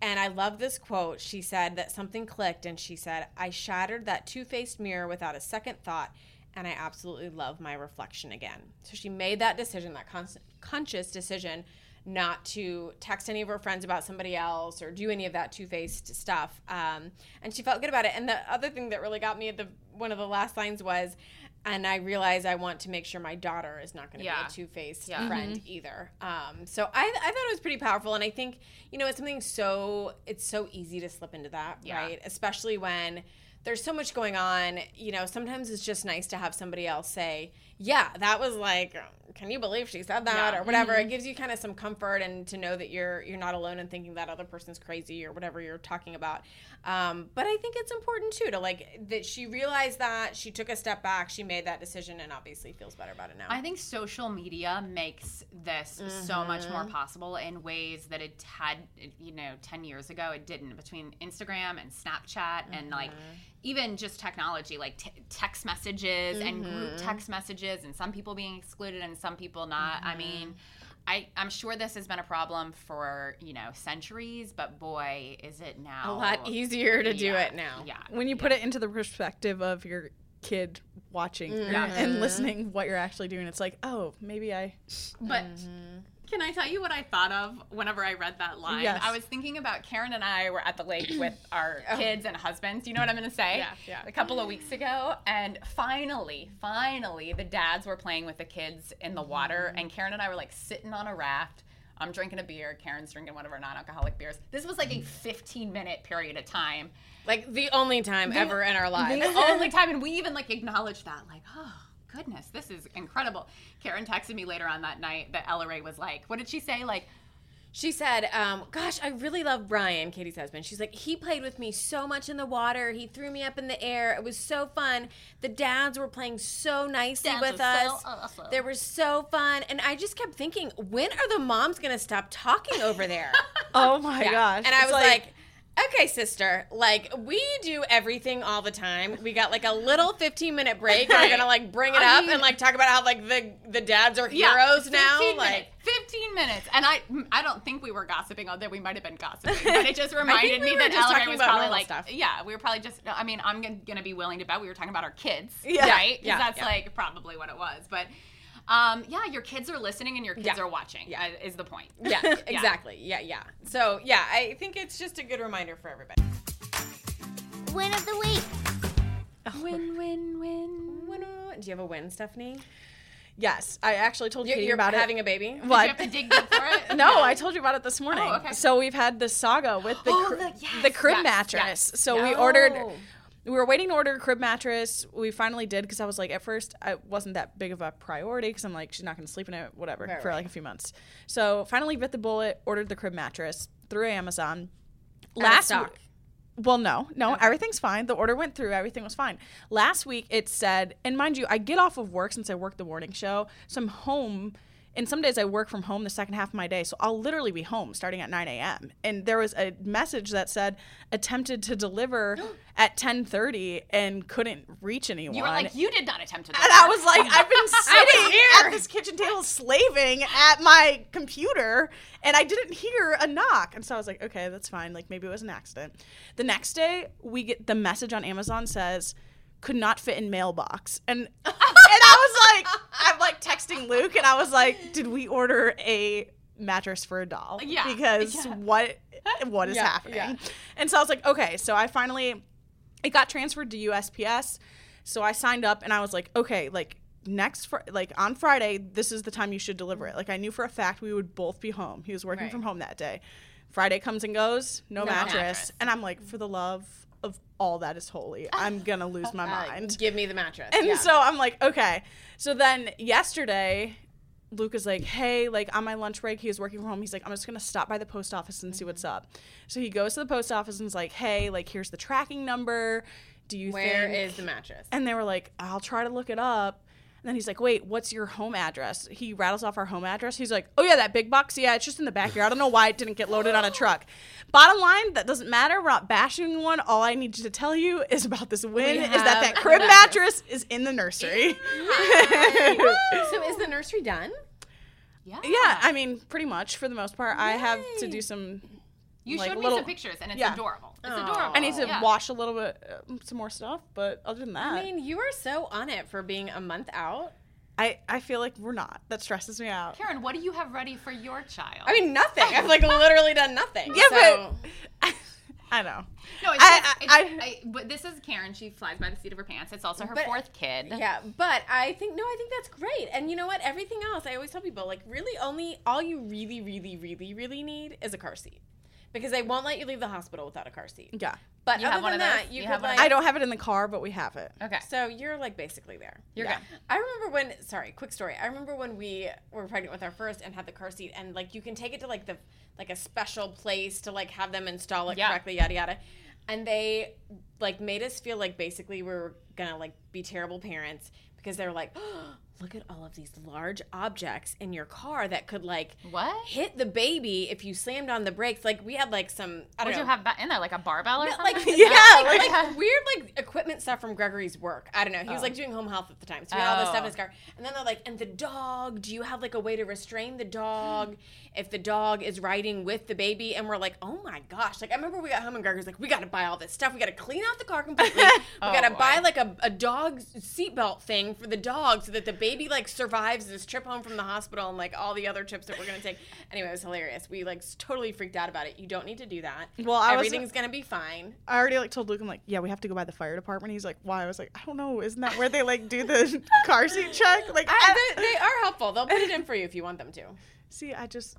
S1: And I love this quote. She said that something clicked and she said, I shattered that two faced mirror without a second thought, and I absolutely love my reflection again. So she made that decision, that con- conscious decision, not to text any of her friends about somebody else or do any of that two faced stuff. Um, and she felt good about it. And the other thing that really got me at the one of the last lines was, and I realize I want to make sure my daughter is not going to
S5: Yeah.
S1: be a two faced
S5: Yeah.
S1: friend either. Um, so I, I thought it was pretty powerful, and I think you know it's something so it's so easy to slip into that,
S5: Yeah.
S1: right? Especially when there's so much going on. You know, sometimes it's just nice to have somebody else say, "Yeah, that was like, can you believe she said that?"
S5: Yeah.
S1: or whatever. It gives you kind of some comfort and to know that you're you're not alone in thinking that other person's crazy or whatever you're talking about. Um, but I think it's important too to like that she realized that she took a step back, she made that decision, and obviously feels better about it now.
S5: I think social media makes this so much
S1: Mm-hmm.
S5: more possible in ways that it had, you know, 10 years ago it didn't. Between Instagram and Snapchat and like
S1: Mm-hmm.
S5: even just technology, like t- text messages and group
S1: Mm-hmm.
S5: text messages, and some people being excluded and some people not. I
S1: Mm-hmm.
S5: mean, I, I'm sure this has been a problem for, you know, centuries, but boy, is it
S1: a
S5: now
S1: lot easier to do
S5: Yeah.
S1: it now.
S5: Yeah.
S6: When you put it into the perspective of your kid watching
S1: Mm-hmm.
S6: and listening what you're actually doing, it's like, oh, maybe I.
S5: But
S6: Mm-hmm.
S5: can I tell you what I thought of whenever I read that line?
S6: Yes. Oh.
S5: I was thinking about Karen and I were at the lake
S6: [CLEARS THROAT]
S5: with our kids and husbands. You know what I'm going to say?
S6: Yeah, yeah.
S5: A couple of weeks ago, and finally, finally, the dads were playing with the kids in the water,
S6: Mm-hmm.
S5: and Karen and I were like sitting on a raft. I'm drinking a beer. Karen's drinking one of her non-alcoholic beers. This was
S6: Mm-hmm.
S5: like a 15-minute period of time
S1: Like the only time ever in our [LAUGHS] lives. Oh,
S5: the only time, and we even like acknowledged that, like, oh goodness, this is incredible. Karen texted me later on that night that Ella Ray was like, what did she say? Like,
S1: She said, um, "Gosh, I really love Brian, Katie's husband." She's like, "He played with me so much in the water. He threw me up in the air. It was so fun. The dads were playing so nicely
S5: Dads
S1: with
S5: were so
S1: us.
S5: awesome.
S1: They were so fun." And I just kept thinking, "When are the moms gonna stop talking over
S5: [LAUGHS]
S1: there?" [LAUGHS]
S6: Oh my gosh.
S1: and I
S6: It's
S1: was like, okay, sister, like we do everything all the time. We got like a little 15 minute break. We're gonna like bring it
S5: I
S1: up
S5: mean-
S1: and like talk about how like the the dads are
S5: yeah,
S1: heroes now.
S5: 15
S1: Like
S5: minutes, 15 minutes, and I, I don't think we were gossiping, although we might have been gossiping, but it
S1: [LAUGHS]
S5: just reminded
S1: we
S5: me
S1: were
S5: that
S1: just
S5: Ella
S1: talking
S5: Ray was
S1: about
S5: probably
S1: normal
S5: like,
S1: stuff.
S5: yeah, we were probably just. I mean, I'm gonna, gonna be willing to bet we were talking about our kids,
S6: Yeah.
S5: right? 'Cause
S1: Yeah,
S5: that's
S1: yeah.
S5: like probably what it was, but. Um, yeah, your kids are listening and your kids
S1: Yeah.
S5: are watching.
S1: Yeah.
S5: uh, is the point.
S1: [LAUGHS] [LAUGHS] yeah, exactly. Yeah, yeah. So yeah, I think it's just a good reminder for everybody.
S3: Win of the week.
S5: Win, win, win.
S1: Do you have a win, Stephanie?
S6: Yes, I actually told you
S1: You're,
S6: Katie
S1: you're
S6: about it.
S1: having a [LAUGHS] baby.
S6: Well,
S5: You have to dig deep for
S1: [LAUGHS]
S5: it.
S6: No, I told you about it this morning.
S5: Oh, okay.
S6: So we've had the saga with
S1: Oh,
S6: the cr- the, crib mattress. So we ordered. We were waiting to order a crib mattress. We finally did because I was like, at first, it wasn't that big of a priority because I'm like, she's not going to sleep in it, whatever, for like a few months. So finally bit the bullet, ordered the crib mattress through Amazon. Last
S1: stock.
S6: week- well, no, no, everything's fine. The order went through, everything was fine. Last week it said, and mind you, I get off of work since I work the morning show, so I'm home. And some days I work from home the second half of my day, so I'll literally be home starting at 9 a.m. And there was a message that said attempted
S5: [GASPS]
S6: to deliver at 10:30 and couldn't reach anyone.
S5: You were like, you did not attempt to.
S6: and I was like,
S5: [LAUGHS]
S6: I've been sitting at this kitchen table slaving at my computer, and I didn't hear a knock. And so I was like, okay, that's fine. Like maybe it was an accident. The next day, we get the message on Amazon says, could not fit in mailbox,
S5: [LAUGHS]
S6: and and I was like, I'm like texting Luke, and I was like, did we order a mattress for a doll?
S5: Yeah,
S6: because what what is happening? And so I was like, okay. So I finally it got transferred to USPS. So I signed up and I was like, okay, like next fr- like on Friday, this is the time you should deliver it. Like I knew for a fact we would both be home. He was working from home that day. Friday comes and goes, no, mattress. And I'm like, for the love of all that is holy, I'm going to lose [LAUGHS] my mind.
S1: Give me the mattress.
S6: And so I'm like, okay. So then yesterday, Luke is like, hey, like on my lunch break, he was working from home. He's like, I'm just gonna stop by the post office and see what's up. So he goes to the post office and is like, hey, like here's the tracking number. Do you
S1: Where
S6: think?
S1: is the mattress?
S6: And they were like, I'll try to look it up. And then he's like, wait, what's your home address? He rattles off our home address. He's like, oh, yeah, that big box. Yeah, it's just in the backyard. I don't know why it didn't get loaded on a truck. Bottom line, that doesn't matter. We're not bashing anyone. All I need you to tell you is about this win is that [LAUGHS] that crib mattress is in the nursery. [LAUGHS]
S1: so is the nursery done?
S6: yeah, I mean, pretty much for the most part. I have to do some.
S5: you
S6: like,
S5: showed me
S6: little-
S5: some pictures, and it's
S6: yeah.
S5: adorable. It's adorable.
S6: I need to
S5: Yeah.
S6: wash a little bit, uh, some more stuff. But other than that,
S1: I mean, you are so on it for being a month out.
S6: I, I feel like we're not. That stresses me out.
S5: Karen, what do you have ready for your child?
S1: I mean, nothing. I've [LAUGHS] like literally done nothing.
S6: Yeah,
S1: so.
S6: but I know.
S5: no, it's,
S6: I-
S5: just-
S6: I-
S5: it's,
S6: I-
S5: I- but this is Karen. She flies by the seat of her pants. It's also her
S1: But-
S5: fourth kid.
S1: Yeah, but I think no, I think that's great. And you know what? Everything else, I always tell people, like really only all you really, really, really, really need is a car seat. Because they won't let you leave the hospital without a car seat.
S6: Yeah.
S1: But
S5: You
S1: other
S5: have one
S1: than
S5: of those?
S1: that, you,
S5: You
S1: could
S5: have one of
S1: like
S6: I don't have it in the car, but we have it.
S5: Okay.
S1: So you're like basically there.
S5: You're good.
S1: I remember when. Sorry, quick story. I remember when we were pregnant with our first and had the car seat, and like you can take it to like the like a special place to like have them install it
S5: Yeah.
S1: correctly, yada yada. And they like made us feel like basically we were gonna like be terrible parents because they were like, "Oh, look at all of these large objects in your car that could like
S5: What?
S1: hit the baby if you slammed on the brakes. Like we had like some. I don't
S5: What do
S1: know,
S5: you have ba- in there? Like a barbell or
S1: yeah,
S5: something?
S1: like [LAUGHS] yeah, like, like weird like equipment stuff from Gregory's work. I don't know. He was like doing home health at the time, so he had all this stuff in his car. And then they're like, "And the dog? Do you have like a way to restrain the dog if the dog is riding with the baby?" And we're like, "Oh my gosh!" Like I remember we got home and Gregory's like, "We got to buy all this stuff. We got to clean out the car completely. we got to buy like a, a dog seatbelt thing for the dog so that the baby like survives this trip home from the hospital and like all the other trips that we're gonna take." Anyway, it was hilarious. We like s- totally freaked out about it. You don't need to do that.
S6: Well, I was-
S1: everything's gonna be fine.
S6: I already like told Luke, I'm like, yeah, we have to go by the fire department. He's like, why? I was like, I don't know. Isn't that where they like do
S1: [LAUGHS]
S6: the car seat check? Like,
S1: I,
S6: I,
S1: Uh, they, they are helpful. They'll put it in for you if you want them to.
S6: see, I just,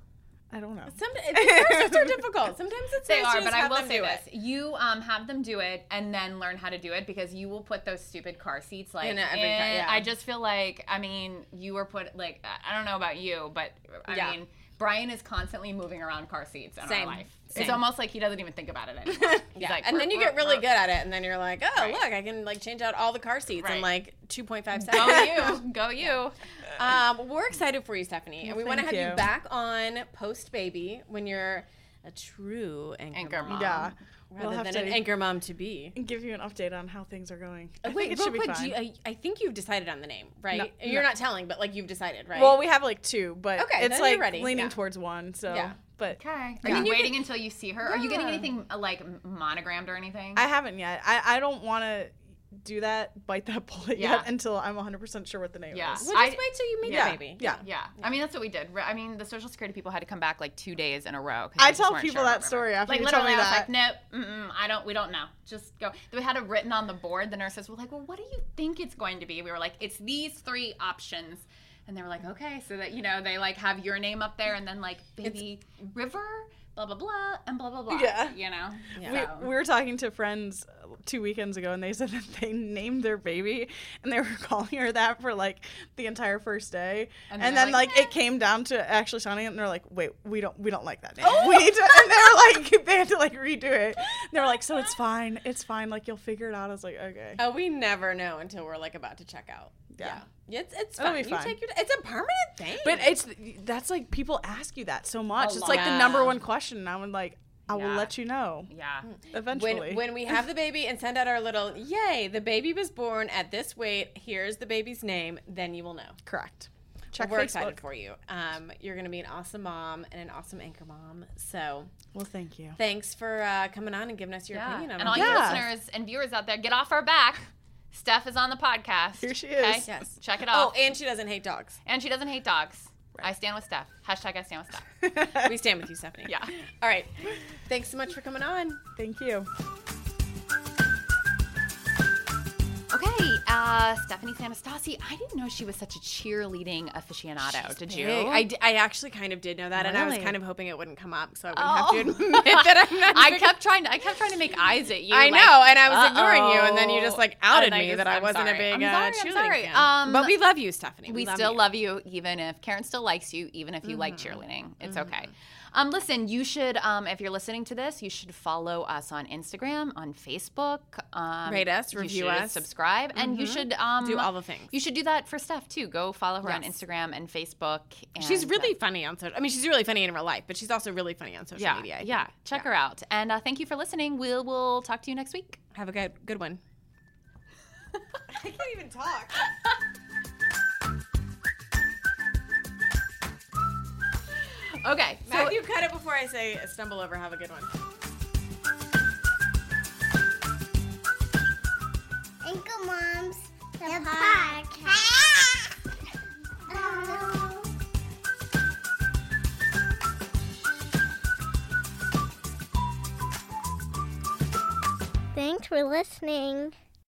S6: I don't know.
S1: Some
S6: [LAUGHS]
S1: the processes are difficult. Sometimes it's
S5: They
S1: nice to
S5: are,
S1: just
S5: but I
S1: have
S5: will
S1: them
S5: say
S1: do
S5: this: you um, have them do it and then learn how to do it because you will put those stupid car seats like.
S1: In every car,
S5: eh,
S1: yeah.
S5: I just feel like I mean you were put like I- I don't know about you, but I
S1: Yeah.
S5: mean Brian is constantly moving around car seats in
S1: Same.
S5: our life.
S1: Same.
S5: It's almost like he doesn't even think about it anymore. He's
S1: [LAUGHS] Yeah.
S5: like,
S1: and then you
S5: "Ruh,
S1: get really
S5: ruh,
S1: good at it, and then you're like, oh,
S5: Right.
S1: look, I can like change out all the car seats in
S5: Right.
S1: like 2.5 seconds.
S5: ruh." [LAUGHS] Go you, go you.
S1: um, we're excited for you, Stephanie, and we want to have
S6: thank
S1: you.
S6: you.
S1: back on post baby when you're a true anchor,
S5: Anchor mom.
S6: Yeah,
S1: rather
S6: we'll have
S1: than
S6: to
S1: an anchor mom to be.
S6: give you an update on how things are going. I
S1: Wait,
S6: think it
S1: real
S6: should be
S1: quick, do
S6: fine.
S1: you, I, I think you've decided on the name, right? you're not telling, but like you've decided, right?
S6: well, we have like two, but
S1: Okay,
S6: it's
S1: then you're
S6: like
S1: ready.
S6: leaning
S1: Yeah.
S6: towards one. So,
S1: Yeah.
S6: but
S5: Okay. Are you waiting until you see her? Are you getting
S6: Yeah.
S5: anything uh, like m- monogrammed or anything?
S6: I haven't yet. I, I don't want to do that, bite that [LAUGHS] bullet
S5: Yeah.
S6: yet until I'm 100% sure what the name
S5: Yeah.
S6: is.
S1: We'll
S5: I-
S1: just wait till you meet
S6: Yeah.
S1: the baby.
S6: Yeah.
S5: yeah. I mean, that's what we did. Re- I mean, the Social Security people had to come back like two days in a row. 'cause
S6: I
S5: they just
S6: tell
S5: weren't
S6: people
S5: sure
S6: that
S5: about it.
S6: story after
S5: like,
S6: you tell
S5: literally,
S6: me
S5: I was
S6: that.
S5: like, nope, mm-mm, I don't. We don't know. Just go. We had it written on the board. The nurses were like, well, what do you think it's going to be? We were like, it's these three options. And they were like, okay, so that you know they like have your name up there, and then like baby river, blah blah blah, and blah blah blah.
S6: Yeah.
S5: you know.
S6: We, we were talking to friends uh, two weekends ago, and they [LAUGHS] said that they named their baby, and they were [LAUGHS] calling her that for like the entire first day, and,
S5: then
S6: then
S5: they're like,
S6: like, it came down to actually Shawnee, and they're like, "Wait, we don't, we don't like that name.
S1: Oh!
S6: [LAUGHS] We need to,"
S1: [LAUGHS]
S6: and they were like, they had to like redo it. And they were like, "So it's fine, it's fine. Like you'll figure it out." I was like, "Okay."
S1: Oh, we never know until we're like about to check out.
S6: Yeah.
S1: Yeah. It's it's
S6: It'll
S1: fine.
S6: be
S1: You
S6: fine.
S1: take your. It's a permanent thing.
S6: But it's that's like people ask you that so much. It's like the
S1: lot.
S6: number one question. And I'm like, I will
S5: Yeah.
S6: let you know
S5: Yeah.
S6: eventually.
S1: when when we have the baby and send out our little yay, the baby was born at this weight. Here's the baby's name. Then you will know.
S6: Correct. Check
S1: we're
S6: Facebook.
S1: excited for you. Um, you're gonna be an awesome mom and an awesome anchor mom. So
S6: Well, thank you.
S1: thanks for uh, coming on and giving us your
S5: Yeah.
S1: opinion on
S5: And all
S1: it.
S5: you
S6: Yeah.
S5: listeners and viewers out there, get off our back. Steph is on the podcast.
S6: Here she is.
S1: Yes.
S5: Check it
S1: Oh,
S5: out.
S1: and she doesn't hate
S6: [LAUGHS]
S1: dogs.
S5: and she doesn't hate dogs. I stand with Steph. Hashtag I stand with
S1: [LAUGHS]
S5: Steph.
S1: We stand with you, Stephanie.
S5: Yeah.
S1: All right. Thanks so much for coming on.
S6: Thank you.
S5: Okay, uh, Stephanie Sanastasi. I didn't know she was such a cheerleading aficionado. Did you?
S1: Hey, I, d- I actually kind of did know that, and I was
S5: Really?
S1: kind of hoping it wouldn't come up, so I
S5: Oh. [LAUGHS]
S1: wouldn't have to admit that I'm not.
S5: I kept trying. To, I kept trying to make eyes at you.
S1: I
S5: like,
S1: know, and I was ignoring you, and then you
S5: "Uh-oh."
S1: just like
S5: And
S1: outed
S5: I
S1: me
S5: just-
S1: that I
S5: I'm
S1: wasn't
S5: sorry.
S1: a big
S5: I'm
S1: uh,
S5: sorry, I'm
S1: cheerleading
S5: sorry.
S1: fan.
S5: Um,
S1: but we love you, Stephanie.
S5: We
S1: love
S5: still
S1: you. Mm-hmm.
S5: love you, even if Karen still likes you, even if you like cheerleading. It's okay. Um, listen, you should, um, if you're listening to this, you should follow us on Instagram, on Facebook. Um,
S1: Rate us,
S5: you
S1: review
S5: should
S1: us. Mm-hmm.
S5: subscribe, and you should um,
S1: Do all the things.
S5: You should do that for Steph too. Go follow her on
S1: Yes.
S5: Instagram and Facebook. And
S1: She's really funny on social. I mean, she's really funny in real life, but she's also really funny on social
S5: yeah,
S1: media. I
S5: yeah.
S1: think.
S5: Check her out, and uh, thank you for listening. We'll we'll talk to you next week.
S1: Have a good good one. I can't even talk.
S5: Okay, so
S1: Matthew, cut it before I say stumble over. Have a good one.
S7: Ankle Moms, the, podcast. Oh.
S3: Thanks for listening.